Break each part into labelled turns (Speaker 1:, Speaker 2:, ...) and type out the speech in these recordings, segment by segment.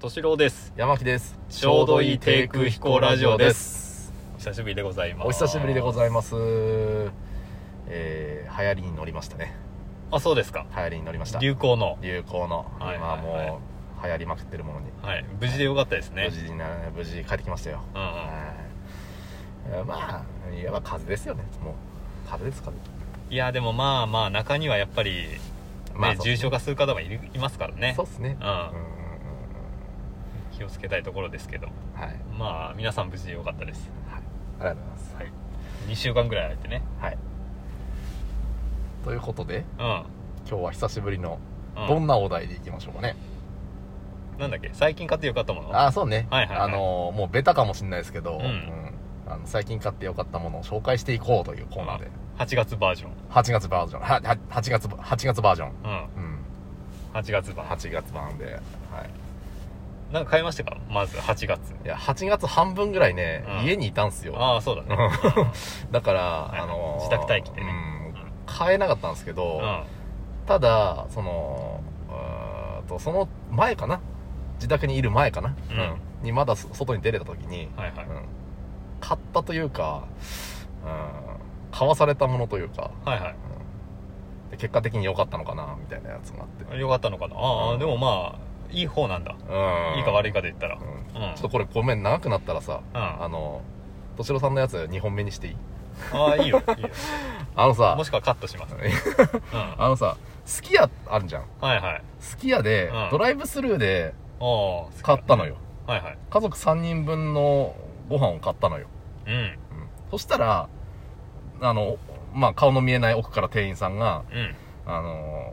Speaker 1: 敏郎です
Speaker 2: 山木です
Speaker 1: ちょうどいい低空飛行ラジオです
Speaker 2: す
Speaker 1: お久しぶりでございます
Speaker 2: お久しぶりでございますすえー、流行りに乗りましたね
Speaker 1: あそうですか
Speaker 2: 流行りに乗りました
Speaker 1: 流行の
Speaker 2: 流行の、
Speaker 1: はい
Speaker 2: 今
Speaker 1: はいはい
Speaker 2: もう流行りまくってるものに、
Speaker 1: はい無事でよかったですね
Speaker 2: 無事にな無事帰ってきましたよ、
Speaker 1: うんうん
Speaker 2: はいえーまあいわば風邪ですよねもう風邪です風邪
Speaker 1: いやでもまあまあ中にはやっぱりね、
Speaker 2: まあそう
Speaker 1: 重症化する方もいるいますからね
Speaker 2: そうっすね
Speaker 1: うん
Speaker 2: うんうんうん
Speaker 1: 気をつけたいところですけど
Speaker 2: うんはい、はい、
Speaker 1: まあ皆さん無事でよかったです
Speaker 2: ありがとうございます
Speaker 1: はい2週間ぐらい空いてね
Speaker 2: はいということで
Speaker 1: うん、
Speaker 2: 今日は久しぶりの
Speaker 1: う
Speaker 2: どんなお題でいきましょうかね、
Speaker 1: ん、なんだっけ最近買ってよかったもの
Speaker 2: ああそうね、
Speaker 1: はいはいはい
Speaker 2: あのーもうベタかもしれないですけど、
Speaker 1: うん
Speaker 2: うんあの最近買ってよかったものを紹介していこうというコーナーで、
Speaker 1: 8月バージョン
Speaker 2: 8月バージョンはは8月ば8月バージョン、
Speaker 1: うん
Speaker 2: うん、
Speaker 1: 8月版
Speaker 2: 8月版で、はい、
Speaker 1: なんか買いましたかまず8月
Speaker 2: いや8月半分ぐらいね、
Speaker 1: うん
Speaker 2: 家にいたんすよ
Speaker 1: ああ そうだね
Speaker 2: うんだから、
Speaker 1: いはい
Speaker 2: あのー
Speaker 1: 自宅待機でね
Speaker 2: うん買えなかったんですけ
Speaker 1: う
Speaker 2: ど、
Speaker 1: んうん
Speaker 2: ただそのうーんとその前かな自宅にいる前かな、
Speaker 1: うん
Speaker 2: うんにまだそ外に出れた時に、
Speaker 1: はいはい
Speaker 2: うん買ったというか、うん、買わされたものというか、
Speaker 1: はいは
Speaker 2: うんで結果的に良かったのかなみたいなやつがあって、
Speaker 1: いよかったのかなああ、
Speaker 2: うん
Speaker 1: でもまあいい方なんだ
Speaker 2: うん
Speaker 1: いいか悪
Speaker 2: い、
Speaker 1: いかで言ったら
Speaker 2: うん
Speaker 1: うん
Speaker 2: ちょっとこれごめん長くなったらさ、
Speaker 1: うん
Speaker 2: あの敏郎さんのやつ2本目にしていい
Speaker 1: ああいい よいいよ
Speaker 2: あの さ
Speaker 1: もしくはカットします、うん、
Speaker 2: あ
Speaker 1: は
Speaker 2: のさすき家あるじゃん
Speaker 1: いはい
Speaker 2: すき家で、
Speaker 1: うん
Speaker 2: ドライブスルーで
Speaker 1: おー
Speaker 2: 買ったのよ
Speaker 1: はいはい
Speaker 2: 家族3人分のご飯を買ったのよ、
Speaker 1: うん
Speaker 2: うんそしたらあのまあ顔の見えない奥から店員さんが
Speaker 1: うん
Speaker 2: あの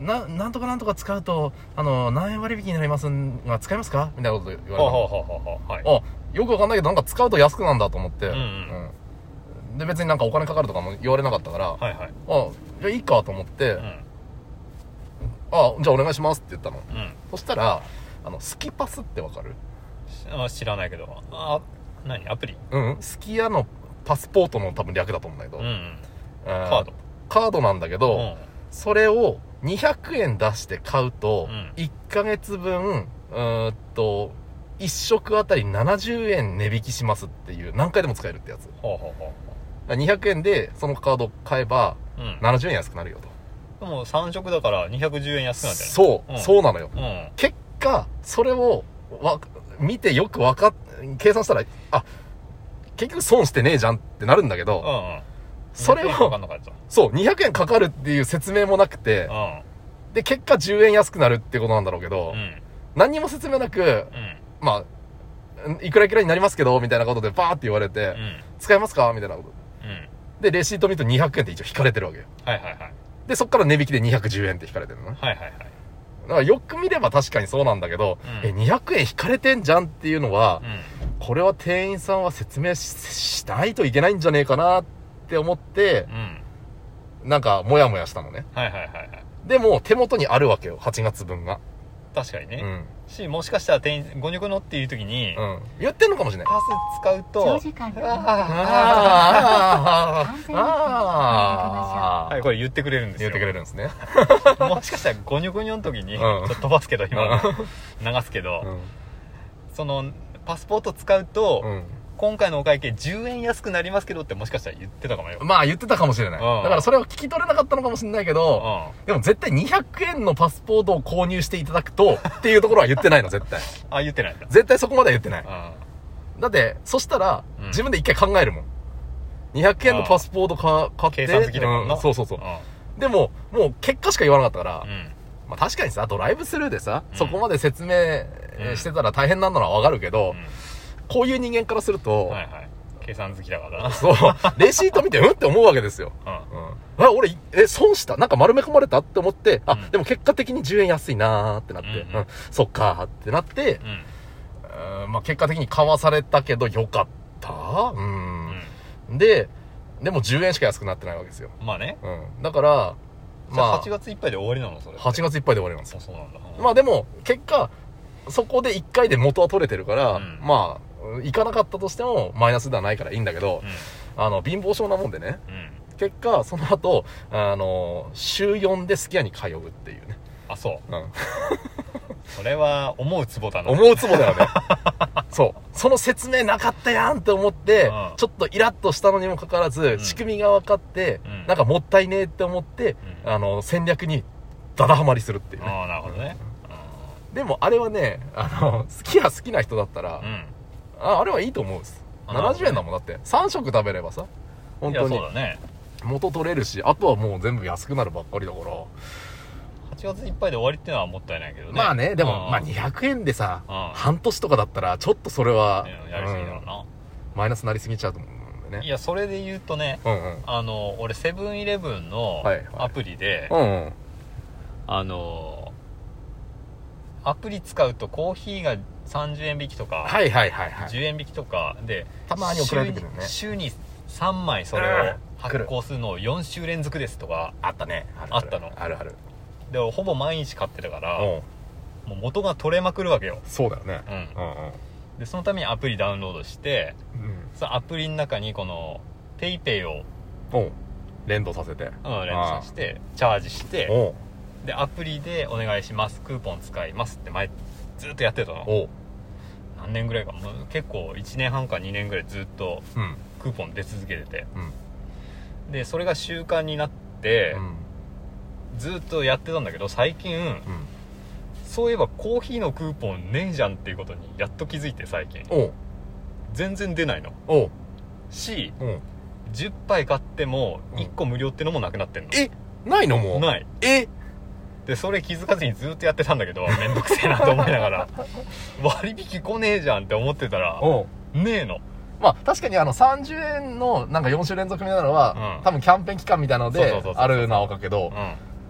Speaker 2: ななんとかなんとか使うとあの何円割引になりますが使えますかみたいなこと言われ
Speaker 1: ほ
Speaker 2: た
Speaker 1: う
Speaker 2: の
Speaker 1: ほうほうほうほうはい
Speaker 2: あよくわかんないけどなんか使うと安くなんだと思って、
Speaker 1: うんうん
Speaker 2: うんで別になんかお金かかるとかも言われなかったから、
Speaker 1: はいはい
Speaker 2: あじゃあいいかと思って、
Speaker 1: うん
Speaker 2: あじゃあお願いしますって言ったの
Speaker 1: うん
Speaker 2: そしたらあのスキパスってわかる
Speaker 1: しあ知らないけどあ何アプリ
Speaker 2: うんスキヤのパスポートの多分略だと思うんだけど、
Speaker 1: うんうん
Speaker 2: カ
Speaker 1: カード
Speaker 2: カードなんだけど、それを200円出して買うと、
Speaker 1: うん
Speaker 2: 1ヶ月分、うーんと、1食あたり70円値引きしますっていう、何回でも使えるってやつ。
Speaker 1: ほうほうほ
Speaker 2: 200円でそのカード買えば、
Speaker 1: ううんで
Speaker 2: 70円安くなるよと。
Speaker 1: も3色だから210円安くなるんじゃ
Speaker 2: そう、
Speaker 1: うん
Speaker 2: そうなのよ。
Speaker 1: ない
Speaker 2: 結果、それを、わ、見てよくわかっ、計算したら、あ、結局損してねえじゃんってなるんだけ
Speaker 1: うんう
Speaker 2: ど、
Speaker 1: んうん
Speaker 2: それ
Speaker 1: 200円かか
Speaker 2: を
Speaker 1: ん、なかった
Speaker 2: そう、200円かかるっていう説明もなくて、で、結果10円安くなるってことなんだろうけど、
Speaker 1: うんうん
Speaker 2: 何にも説明なく、
Speaker 1: うん
Speaker 2: まあ、んいくらいくらになりますけど、みたいなことでバーって言われて、
Speaker 1: うん
Speaker 2: 使えますかみたいなこと。
Speaker 1: うん
Speaker 2: で、レシート見ると200円って一応引かれてるわけよ。
Speaker 1: はいはいはい
Speaker 2: で、そっから値引きで210円って引かれてるのね。
Speaker 1: はいはいはい
Speaker 2: だからよく見れば確かにそうなんだけど、
Speaker 1: うん
Speaker 2: え、200円引かれてんじゃんっていうのは、
Speaker 1: う
Speaker 2: これは店員さんは説明ししないといけないんじゃねえかなって思って
Speaker 1: ん、うん
Speaker 2: なんか、モヤモヤしたのね。
Speaker 1: はいはいはいはい
Speaker 2: でも、手元にあるわけよ、8月分が。
Speaker 1: 確かに
Speaker 2: う
Speaker 1: ね、
Speaker 2: ん。
Speaker 1: しもしかしたら店員「ごにょくの」っていう時に、
Speaker 2: うん。言ってんのかもしれない。
Speaker 1: パス使うと
Speaker 3: 長時間
Speaker 1: あー
Speaker 2: あー
Speaker 3: 安全に
Speaker 2: あ
Speaker 1: はいこれ言ってくれるんです
Speaker 2: 言
Speaker 1: よ
Speaker 2: ってくれるんですね。
Speaker 1: もしかしたらごにょごにょの時に、
Speaker 2: うん
Speaker 1: ちょっと飛ばすけど今
Speaker 2: う
Speaker 1: 流すけど、
Speaker 2: うん。
Speaker 1: そのパスポート使うと、
Speaker 2: うん
Speaker 1: 今回のお会計10円安くなりますけどってもしかしたら言ってたかもよ、
Speaker 2: まあ言ってたかもしれない。
Speaker 1: うん
Speaker 2: だからそれを聞き取れなかったのかもしれないけど、
Speaker 1: う
Speaker 2: でも絶対200円のパスポートを購入していただくと、っていうところは言ってないの、絶対。
Speaker 1: ん、あ言ってないんだ
Speaker 2: 絶対そこまでは言ってない。
Speaker 1: う
Speaker 2: だって、そしたら
Speaker 1: うん、
Speaker 2: 自分で一回考えるもん。200円のパスポートか買っ
Speaker 1: ん、計
Speaker 2: て。
Speaker 1: 算好きだもんな、
Speaker 2: うんそうそうそう
Speaker 1: う。
Speaker 2: でも、もう結果しか言わなかったか
Speaker 1: ん、
Speaker 2: ら、
Speaker 1: うん
Speaker 2: まあ確かにさ、ドライブスルーでさ、
Speaker 1: うん
Speaker 2: そこまで説明えーしてたら大変なのはわかるけど、こういう人間からすると、
Speaker 1: はいはい計算好きだから
Speaker 2: そう、レシート見て、うんって思うわけですよ。
Speaker 1: な、うん
Speaker 2: うん。あ、俺、え、損したなんか丸め込まれたって思って、あ、
Speaker 1: うん
Speaker 2: でも結果的に10円安いなーってなって、
Speaker 1: う
Speaker 2: うんん、
Speaker 1: うん
Speaker 2: そっかーってなって、
Speaker 1: うん
Speaker 2: うんまあ結果的に買わされたけどよかったう。
Speaker 1: うんん、
Speaker 2: で、でも10円しか安くなってないわけですよ。
Speaker 1: まあね
Speaker 2: うん。だから、
Speaker 1: じゃ
Speaker 2: ま
Speaker 1: あ
Speaker 2: あ、
Speaker 1: 8
Speaker 2: 8
Speaker 1: 月いっぱいで終わりなのそれ
Speaker 2: 月いっぱいで終わりなんですよ
Speaker 1: あそうなんだ、
Speaker 2: まあでも、結果、そこで1回で元は取れてるから、
Speaker 1: うん
Speaker 2: まあ、行かなかったとしてもマイナスではないからいいんだけど、
Speaker 1: う
Speaker 2: あの、貧乏症なもんでね、
Speaker 1: んうん
Speaker 2: 結果、その後、あの、週4でスキヤに通うっていうね。
Speaker 1: あそう
Speaker 2: うん。
Speaker 1: それは思うツボだな
Speaker 2: 思うつもりだ よねそうその説明なかったやんって思って
Speaker 1: うん
Speaker 2: ちょっとイラッとしたのにもかかわらず、
Speaker 1: ん
Speaker 2: 仕組みが分かって、
Speaker 1: うん
Speaker 2: なんかもったいねえって思って、
Speaker 1: うん
Speaker 2: あの戦略にダダハマりするっていうね
Speaker 1: ああなるほどね
Speaker 2: でもあれはねあの好きは好きな人だったら、
Speaker 1: うん
Speaker 2: ああれはいいと思うんです
Speaker 1: あなるほどね
Speaker 2: 70円だもんだって3食食べればさ本当
Speaker 1: いや
Speaker 2: に
Speaker 1: そうだね
Speaker 2: 元取れるしあとはもう全部安くなるばっかりだから、
Speaker 1: 8月いっぱいで終わりってのはもったいないけどね
Speaker 2: まあねでも、
Speaker 1: うん
Speaker 2: まあ、200円でさ、
Speaker 1: うん
Speaker 2: 半年とかだったらちょっとそれは、
Speaker 1: ねやりすぎだろ
Speaker 2: う
Speaker 1: うんな、
Speaker 2: マイナスになりすぎちゃうと思うんで
Speaker 1: い
Speaker 2: ね
Speaker 1: やそれで言うとね
Speaker 2: うんうん
Speaker 1: あの俺セブンイレブンの
Speaker 2: はいはい
Speaker 1: アプリで、
Speaker 2: うんうん
Speaker 1: あのアプリ使うとコーヒーが30円引きとか、
Speaker 2: はいはいはいはい
Speaker 1: 10円引きとかで
Speaker 2: たまに送られてくるね
Speaker 1: 週に週に3枚それを発行するのを4週連続ですとか
Speaker 2: あったねあ
Speaker 1: あったの
Speaker 2: あるある
Speaker 1: でほぼ毎日買ってたから、
Speaker 2: うん
Speaker 1: もう元が取れまくるわけよ、
Speaker 2: そうだよね
Speaker 1: うん
Speaker 2: うんうん
Speaker 1: でそのためにアプリダウンロードしてそのアプリの中にこの PayPay ペイペイを、
Speaker 2: うんうん連動させて
Speaker 1: うん、連鎖してチャージして
Speaker 2: おう
Speaker 1: でアプリでお願いしますクーポン使いますって前ずっとやってたの
Speaker 2: おう
Speaker 1: 何年ぐらいかもう結構1年半か2年ぐらいずっと
Speaker 2: うん
Speaker 1: クーポン出続けてて
Speaker 2: うん
Speaker 1: でそれが習慣になって
Speaker 2: う、ん
Speaker 1: ずっとやってたんだけど最近
Speaker 2: うん
Speaker 1: そういえばコーヒーのクーポンねえじゃんっていうことにやっと気づいて最近
Speaker 2: おう
Speaker 1: 全然出ないの
Speaker 2: おう
Speaker 1: し
Speaker 2: うん
Speaker 1: 10杯買っても
Speaker 2: うん
Speaker 1: 1個無料ってのもなくなってんの、
Speaker 2: えないのもう
Speaker 1: ない
Speaker 2: え
Speaker 1: でそれ気づかずにずっとやってたんだけどめんどくせえなと思いなが ら割引来ねえじゃんって思ってたら
Speaker 2: おう
Speaker 1: ねえの
Speaker 2: まあ確かにあの30円のなんか4週連続みたいなのは、
Speaker 1: うん
Speaker 2: 多分キャンペーン期間みたいなの
Speaker 1: そうそう
Speaker 2: で
Speaker 1: そうそう
Speaker 2: あるなわかけど、
Speaker 1: う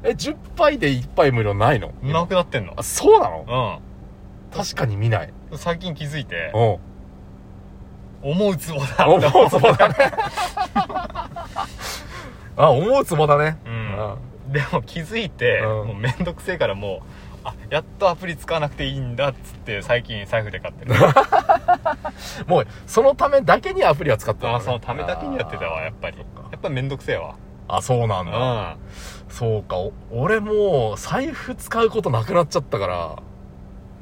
Speaker 2: え10杯で1杯無料ないの
Speaker 1: んなくなってんの
Speaker 2: あそうなの
Speaker 1: う
Speaker 2: 確かに見ない
Speaker 1: ん最近気づいて
Speaker 2: うん思
Speaker 1: 思うツボだって
Speaker 2: うツボだね あ思うツボだね
Speaker 1: うん でも気づいて、
Speaker 2: うん
Speaker 1: もうめんどくせえからもうあやっとアプリ使わなくていいんだっつって最近財布で買 ってる
Speaker 2: もうそのためだけにアプリは使った
Speaker 1: あそのためだけにやってたわやっぱりやっぱめんどくせえわ
Speaker 2: あそうなん
Speaker 1: う
Speaker 2: だ、
Speaker 1: ん
Speaker 2: そうかお俺もう財布使うことなくなっちゃったから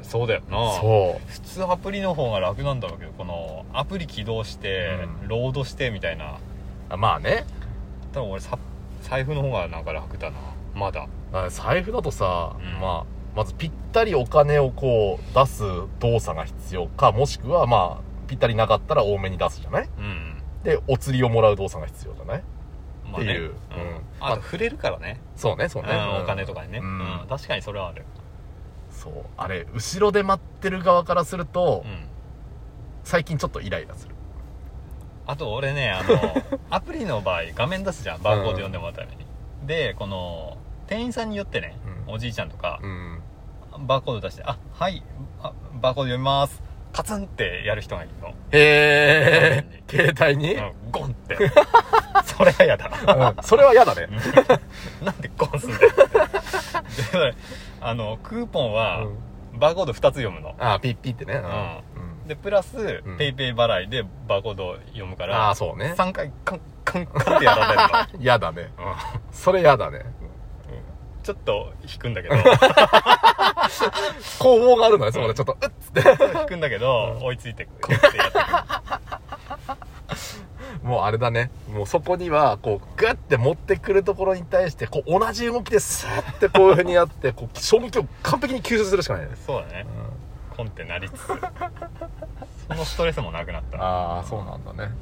Speaker 1: そうだよな
Speaker 2: そ
Speaker 1: 普通アプリの方が楽なんだろうけどこのアプリ起動して、
Speaker 2: うん
Speaker 1: ロードしてみたいな
Speaker 2: うあまあね
Speaker 1: 多分俺さ財布の方がなんか楽だなまだ
Speaker 2: あ財布だとさ、
Speaker 1: うん
Speaker 2: まあ、まずぴったりお金をこう出す動作が必要かもしくはまあぴったりなかったら多めに出すじゃない
Speaker 1: うん
Speaker 2: でお釣りをもらう動作が必要じゃない
Speaker 1: まあ
Speaker 2: って
Speaker 1: ね
Speaker 2: いう
Speaker 1: うん
Speaker 2: うんま
Speaker 1: あ
Speaker 2: あ
Speaker 1: と触れるからね、
Speaker 2: そうねそうね、
Speaker 1: うんお金とかにね、
Speaker 2: う
Speaker 1: うんん確かにそれはある、
Speaker 2: そうあれ後ろで待ってる側からすると、
Speaker 1: うん、
Speaker 2: 最近ちょっとイライラする
Speaker 1: あと俺ねあ のアプリの場合画面出すじゃんバーコード読んでもらうために、でこの店員さんによってね、
Speaker 2: うん
Speaker 1: おじいちゃんとか、
Speaker 2: うん
Speaker 1: バーコード出して「あはいあバーコード読みます」カツンってやる人がいるの、
Speaker 2: へえ携帯に、
Speaker 1: うん、ゴンって それは嫌だ
Speaker 2: うんそれは嫌だね、
Speaker 1: なんでゴンすんだよってであのクーポンは
Speaker 2: うん
Speaker 1: バーコード2つ読むの、
Speaker 2: ああピッピってねうん、うん
Speaker 1: でプラス、
Speaker 2: うん
Speaker 1: ペイペイ払いでバーコード読むから
Speaker 2: ああそうね
Speaker 1: 3回カンカンカンってやられる
Speaker 2: 嫌だね
Speaker 1: の、 うん
Speaker 2: それ嫌だね
Speaker 1: ちょっと引くんだ けど
Speaker 2: 攻防があるのよそこでちょっとうっつって
Speaker 1: 引くんだけど、追いついてこうやってやってく
Speaker 2: もうあれだね。もうそこには、こう、グッて持ってくるところに対して、こう、同じ動きでスーってこういう風にやって、こう、衝撃を完璧に吸収するしかないで
Speaker 1: る
Speaker 2: す。
Speaker 1: そうだねコンってなりつつそのストレスもなくなった
Speaker 2: ああ、そうなんだね。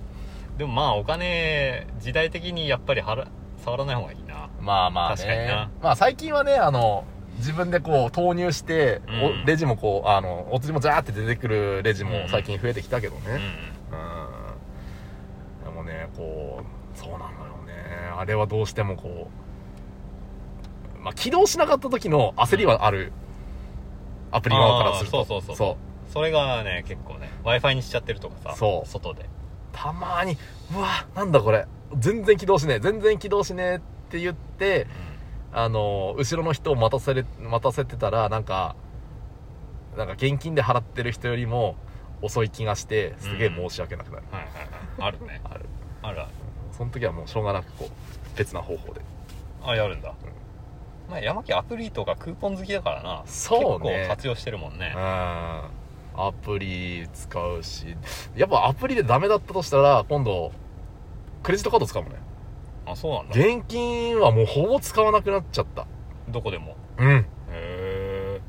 Speaker 1: でもまあお金時代的にやっぱり払触らない方がいいな
Speaker 2: まあまあ
Speaker 1: 確かに
Speaker 2: ね
Speaker 1: な。
Speaker 2: まあ最近はね、あの、自分でこう投入して、
Speaker 1: うん
Speaker 2: おレジもこう、あの、お釣りもジャーって出てくるレジも最近増えてきたけど
Speaker 1: うん
Speaker 2: ね。うん。でもね、こう、そうなんだよね。あれはどうしてもこう、まあ起動しなかった時の焦りはある。アプリ側からすると。
Speaker 1: あーそうそうそう
Speaker 2: そう。
Speaker 1: それがね結構ね w i f i にしちゃってるとかさ
Speaker 2: そう
Speaker 1: 外で
Speaker 2: たまーに「うわなんだこれ全然起動しねえ全然起動しねえ」って言ってあのー後ろの人を待たせれ待たせてたらなんかなんか現金で払ってる人よりも遅い気がしてすげえ申し訳なくなる、
Speaker 1: はいはいはいあるね
Speaker 2: ある
Speaker 1: あるある
Speaker 2: その時はもうしょうがなくこう別な方法で
Speaker 1: あれあるんだ、まあ、山木アプリとかクーポン好きだからな
Speaker 2: そうね
Speaker 1: 結構活用してるもんね
Speaker 2: うんアプリ使うしやっぱアプリでダメだったとしたら今度クレジットカード使うもんね
Speaker 1: あそうなんだ
Speaker 2: 現金はもうほぼ使わなくなっちゃった
Speaker 1: どこでも
Speaker 2: うん
Speaker 1: へ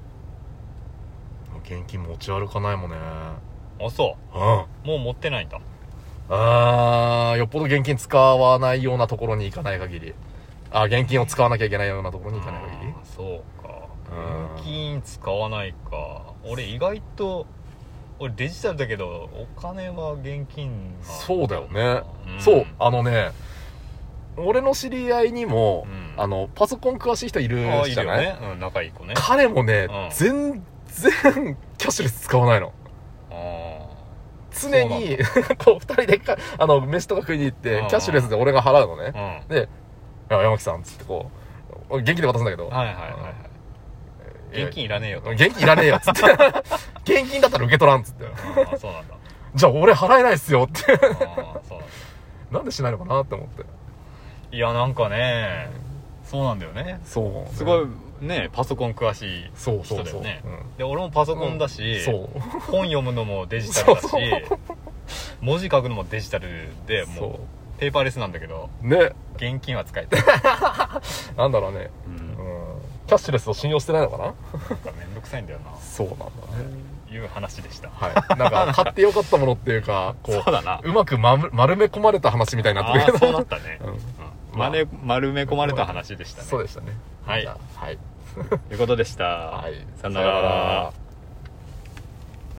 Speaker 2: 現金持ち歩かないもんね
Speaker 1: えあそ
Speaker 2: うん
Speaker 1: うもう持ってないんだ
Speaker 2: あーよっぽど現金使わないようなところに行かない限りあ現金を使わなきゃいけないようなところに行かない限り
Speaker 1: あーそうか
Speaker 2: うん
Speaker 1: 現金使わないか俺意外と俺デジタルだけどお金は現金が
Speaker 2: そうだよね、
Speaker 1: ん
Speaker 2: そうあのね俺の知り合いにも、
Speaker 1: うん
Speaker 2: あのパソコン詳しい人いる
Speaker 1: ああいい
Speaker 2: じゃ
Speaker 1: よ
Speaker 2: ない
Speaker 1: ね、うん、仲いい子ね
Speaker 2: 彼もね、
Speaker 1: うん
Speaker 2: 全然キャッシュレス使わないの
Speaker 1: あ
Speaker 2: 常に こう二人でかあの飯とか食いに行って、
Speaker 1: うん
Speaker 2: キャッシュレスで俺が払うのね、
Speaker 1: あ
Speaker 2: で「あ山木さん」っつってこう現金で渡すんだけ
Speaker 1: う
Speaker 2: ど
Speaker 1: んはいはいはいはい現金いらねえよと
Speaker 2: 現金いらねえよっつって 現金だったら受け取らんっつって
Speaker 1: ああそうなんだ
Speaker 2: じゃあ俺払えないっすよって
Speaker 1: ああそうなんだ
Speaker 2: なんでしないのかなって思って
Speaker 1: いやなんかねそうなんだよね
Speaker 2: そう
Speaker 1: すごいねパソコン詳しい
Speaker 2: そうそ
Speaker 1: 人
Speaker 2: う
Speaker 1: だ
Speaker 2: そ
Speaker 1: よ
Speaker 2: う、
Speaker 1: ね
Speaker 2: うん
Speaker 1: で俺もパソコンだし、
Speaker 2: そう
Speaker 1: 本読むのもデジタルだし
Speaker 2: そうそ
Speaker 1: 文字書くのもデジタルでも
Speaker 2: そう
Speaker 1: ペーパーレスなんだけど
Speaker 2: うね
Speaker 1: 現金は使えてる、
Speaker 2: なんだろうね、うん、キャッシュレスを信用してないのかな
Speaker 1: なんかめんどくさいんだよな
Speaker 2: そうなんだね
Speaker 1: いう話でした
Speaker 2: はいなんか買ってよかったものっていうかこ
Speaker 1: そう
Speaker 2: う
Speaker 1: だな
Speaker 2: うまくまむ丸め込まれた話みたいになって
Speaker 1: あ
Speaker 2: る
Speaker 1: あ
Speaker 2: け
Speaker 1: そう
Speaker 2: ど
Speaker 1: なったね、
Speaker 2: うん
Speaker 1: うんまね丸め込まれた話でしたね
Speaker 2: そうでしたね
Speaker 1: はい
Speaker 2: はい
Speaker 1: ということでした、
Speaker 2: はい
Speaker 1: さよな
Speaker 2: さよ
Speaker 1: ら
Speaker 2: なら